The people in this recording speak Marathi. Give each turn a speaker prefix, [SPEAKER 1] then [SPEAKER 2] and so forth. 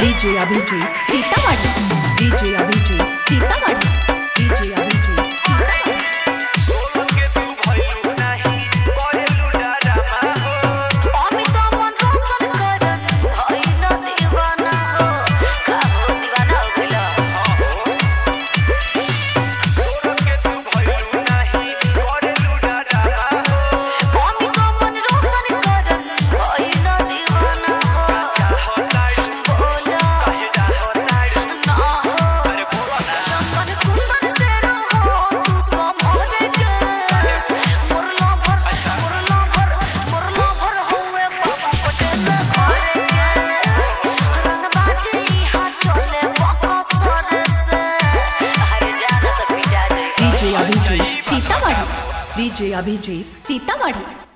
[SPEAKER 1] DJ Abhijit,
[SPEAKER 2] सीतावाडी
[SPEAKER 1] DJ Abhijit,
[SPEAKER 2] सीतावाडी
[SPEAKER 1] DJ Abhijit,
[SPEAKER 2] सीतावाडी
[SPEAKER 3] के तू भइलू नाही कहलू डरामा हो
[SPEAKER 2] आम्ही तर मन हसन करत होईना दिवाना हो का हो दिवाना हो गयला
[SPEAKER 3] के तू भइलू नाही कहलू डरामा हो
[SPEAKER 2] आम्ही तर मन हसन करत होईना दिवाना हो
[SPEAKER 3] हो नाइट
[SPEAKER 2] बोला
[SPEAKER 3] कहला हो नाइट
[SPEAKER 2] ना हो
[SPEAKER 3] अरे भुवना
[SPEAKER 2] मन कुंदन से रहो तू समारे के मुरला भर मुरला भर मुरला भर होवे बाबा को देते मारे के रंग बाजी हाथ चले बाबा सोने से हर जान तक भी जा जाएगी Sitawadi
[SPEAKER 1] DJ Abhijit, DJ Abhijit.
[SPEAKER 2] Sitawadi